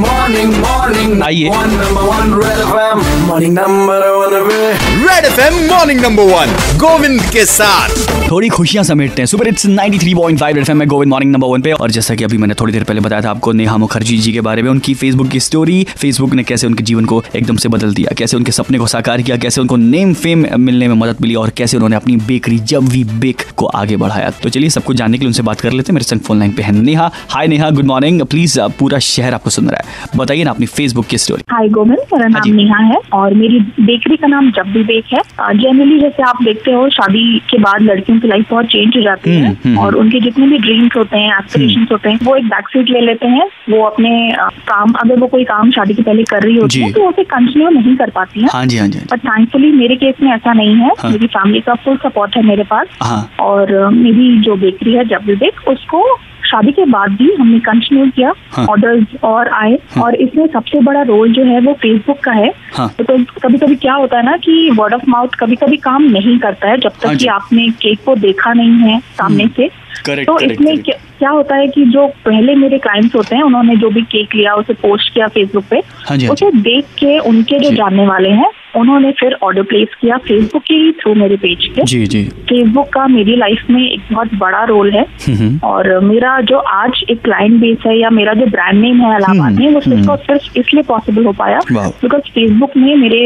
Morning morning आइए। One number one red FM morning number one रे red F M morning number one Govind के साथ थोड़ी खुशियां समेटते हैं सुपर हिट्स 93.5 रेड में गोविंद मॉर्निंग नंबर वन पे और जैसा कि अभी मैंने थोड़ी देर पहले बताया था आपको नेहा मुखर्जी जी के बारे में उनकी फेसबुक की स्टोरी फेसबुक ने कैसे उनके जीवन को एकदम से बदल दिया कैसे उनके सपने को साकार किया कैसे उनको नेम फेम मिलने में मदद मिली और कैसे उन्होंने अपनी बेकरी जब भी बेक को आगे बढ़ाया तो चलिए सब कुछ जानने के लिए उनसे बात कर लेते हैं मेरे संग फोन लाइन पे है Neha hi Neha good morning please uh, पूरा शहर आपको सुन रहा है बताइए ना अपनी फेसबुक की स्टोरी हाय गोविंद मेरा हाँ नाम जी। नेहा है और मेरी बेकरी का नाम जब भी बेक है जनरली जैसे आप देखते हो शादी के बाद लड़कियों की लाइफ बहुत चेंज हो जाती हम्म, है हम्म। और उनके जितने भी ड्रीम्स होते हैं एस्पिरेशन होते हैं वो एक बैक सीट ले लेते हैं वो अपने अ, काम अगर वो कोई काम शादी के पहले कर रही होती जी। है तो उसे कंटिन्यू नहीं कर पाती है हाँ जी हाँ जी हाँ जी बट थैंकफुली मेरे केस में ऐसा नहीं है हाँ। मेरी फैमिली का फुल सपोर्ट है मेरे पास हाँ और अ, मेरी जो बेकरी है जब बेक उसको शादी के बाद भी हमने कंटिन्यू किया हाँ। ऑर्डर्स और आए हाँ। और इसमें सबसे बड़ा रोल जो है वो फेसबुक का है हाँ। तो कभी कभी क्या होता है ना कि वर्ड ऑफ माउथ कभी कभी काम नहीं करता है जब हाँ तक जी। कि आपने केक को देखा नहीं है सामने हम्म। से करेक्ट तो करेक्ट इसमें क्या क्या होता है कि जो पहले मेरे क्लाइंट्स होते हैं उन्होंने जो भी केक लिया उसे पोस्ट किया फेसबुक पे हाँ जी हाँ जी उसे देख के उनके जो जी। जानने वाले हैं उन्होंने फिर ऑर्डर प्लेस किया फेसबुक के ही थ्रू मेरे पेज पे जी जी फेसबुक का मेरी लाइफ में एक बहुत बड़ा रोल है हम्म, हम्म। और मेरा जो आज एक क्लाइंट बेस है या मेरा जो ब्रांड नेम है हम्म, इलाहाबाद में वो सिर्फ और सिर्फ इसलिए पॉसिबल हो पाया वाह। बिकॉज फेसबुक ने मेरे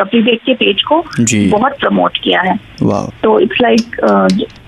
जबरी बेग के पेज को जी। बहुत प्रमोट किया है वाह तो इट्स लाइक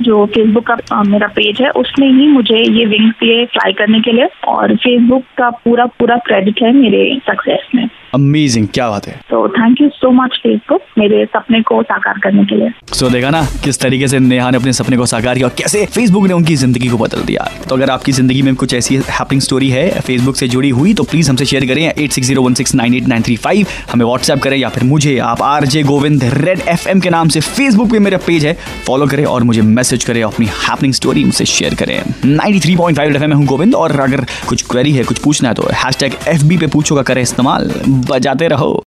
जो फेसबुक का अ, मेरा पेज है उसने ही मुझे ये विंग पे फ्लाई करने के लिए और फेसबुक का पूरा पूरा क्रेडिट है मेरे सक्सेस में अमेजिंग क्या बात है तो thank you so much Facebook मेरे सपने को साकार करने के लिए सो देखा ना किस तरीके से नेहा ने अपने सपने को साकार किया और कैसे फेसबुक ने उनकी जिंदगी को बदल दिया तो अगर आपकी जिंदगी में कुछ ऐसी हैपनिंग स्टोरी है फेसबुक से जुड़ी हुई तो प्लीज हमसे शेयर करें eight six zero one six nine eight nine three five हमें व्हाट्सएप करें या फिर मुझे आप R J Govind red F M के नाम से फेसबुक पे मेरा पेज है फॉलो करें और मुझे मैसेज करें अपनी हैपनिंग स्टोरी मुझसे शेयर करें ninety three point five F M हूँ गोविंद और अगर कुछ क्वेरी है कुछ पूछना है तो हैश टैग एफ बी पे पूछो का करें इस्तेमाल बजाते रहो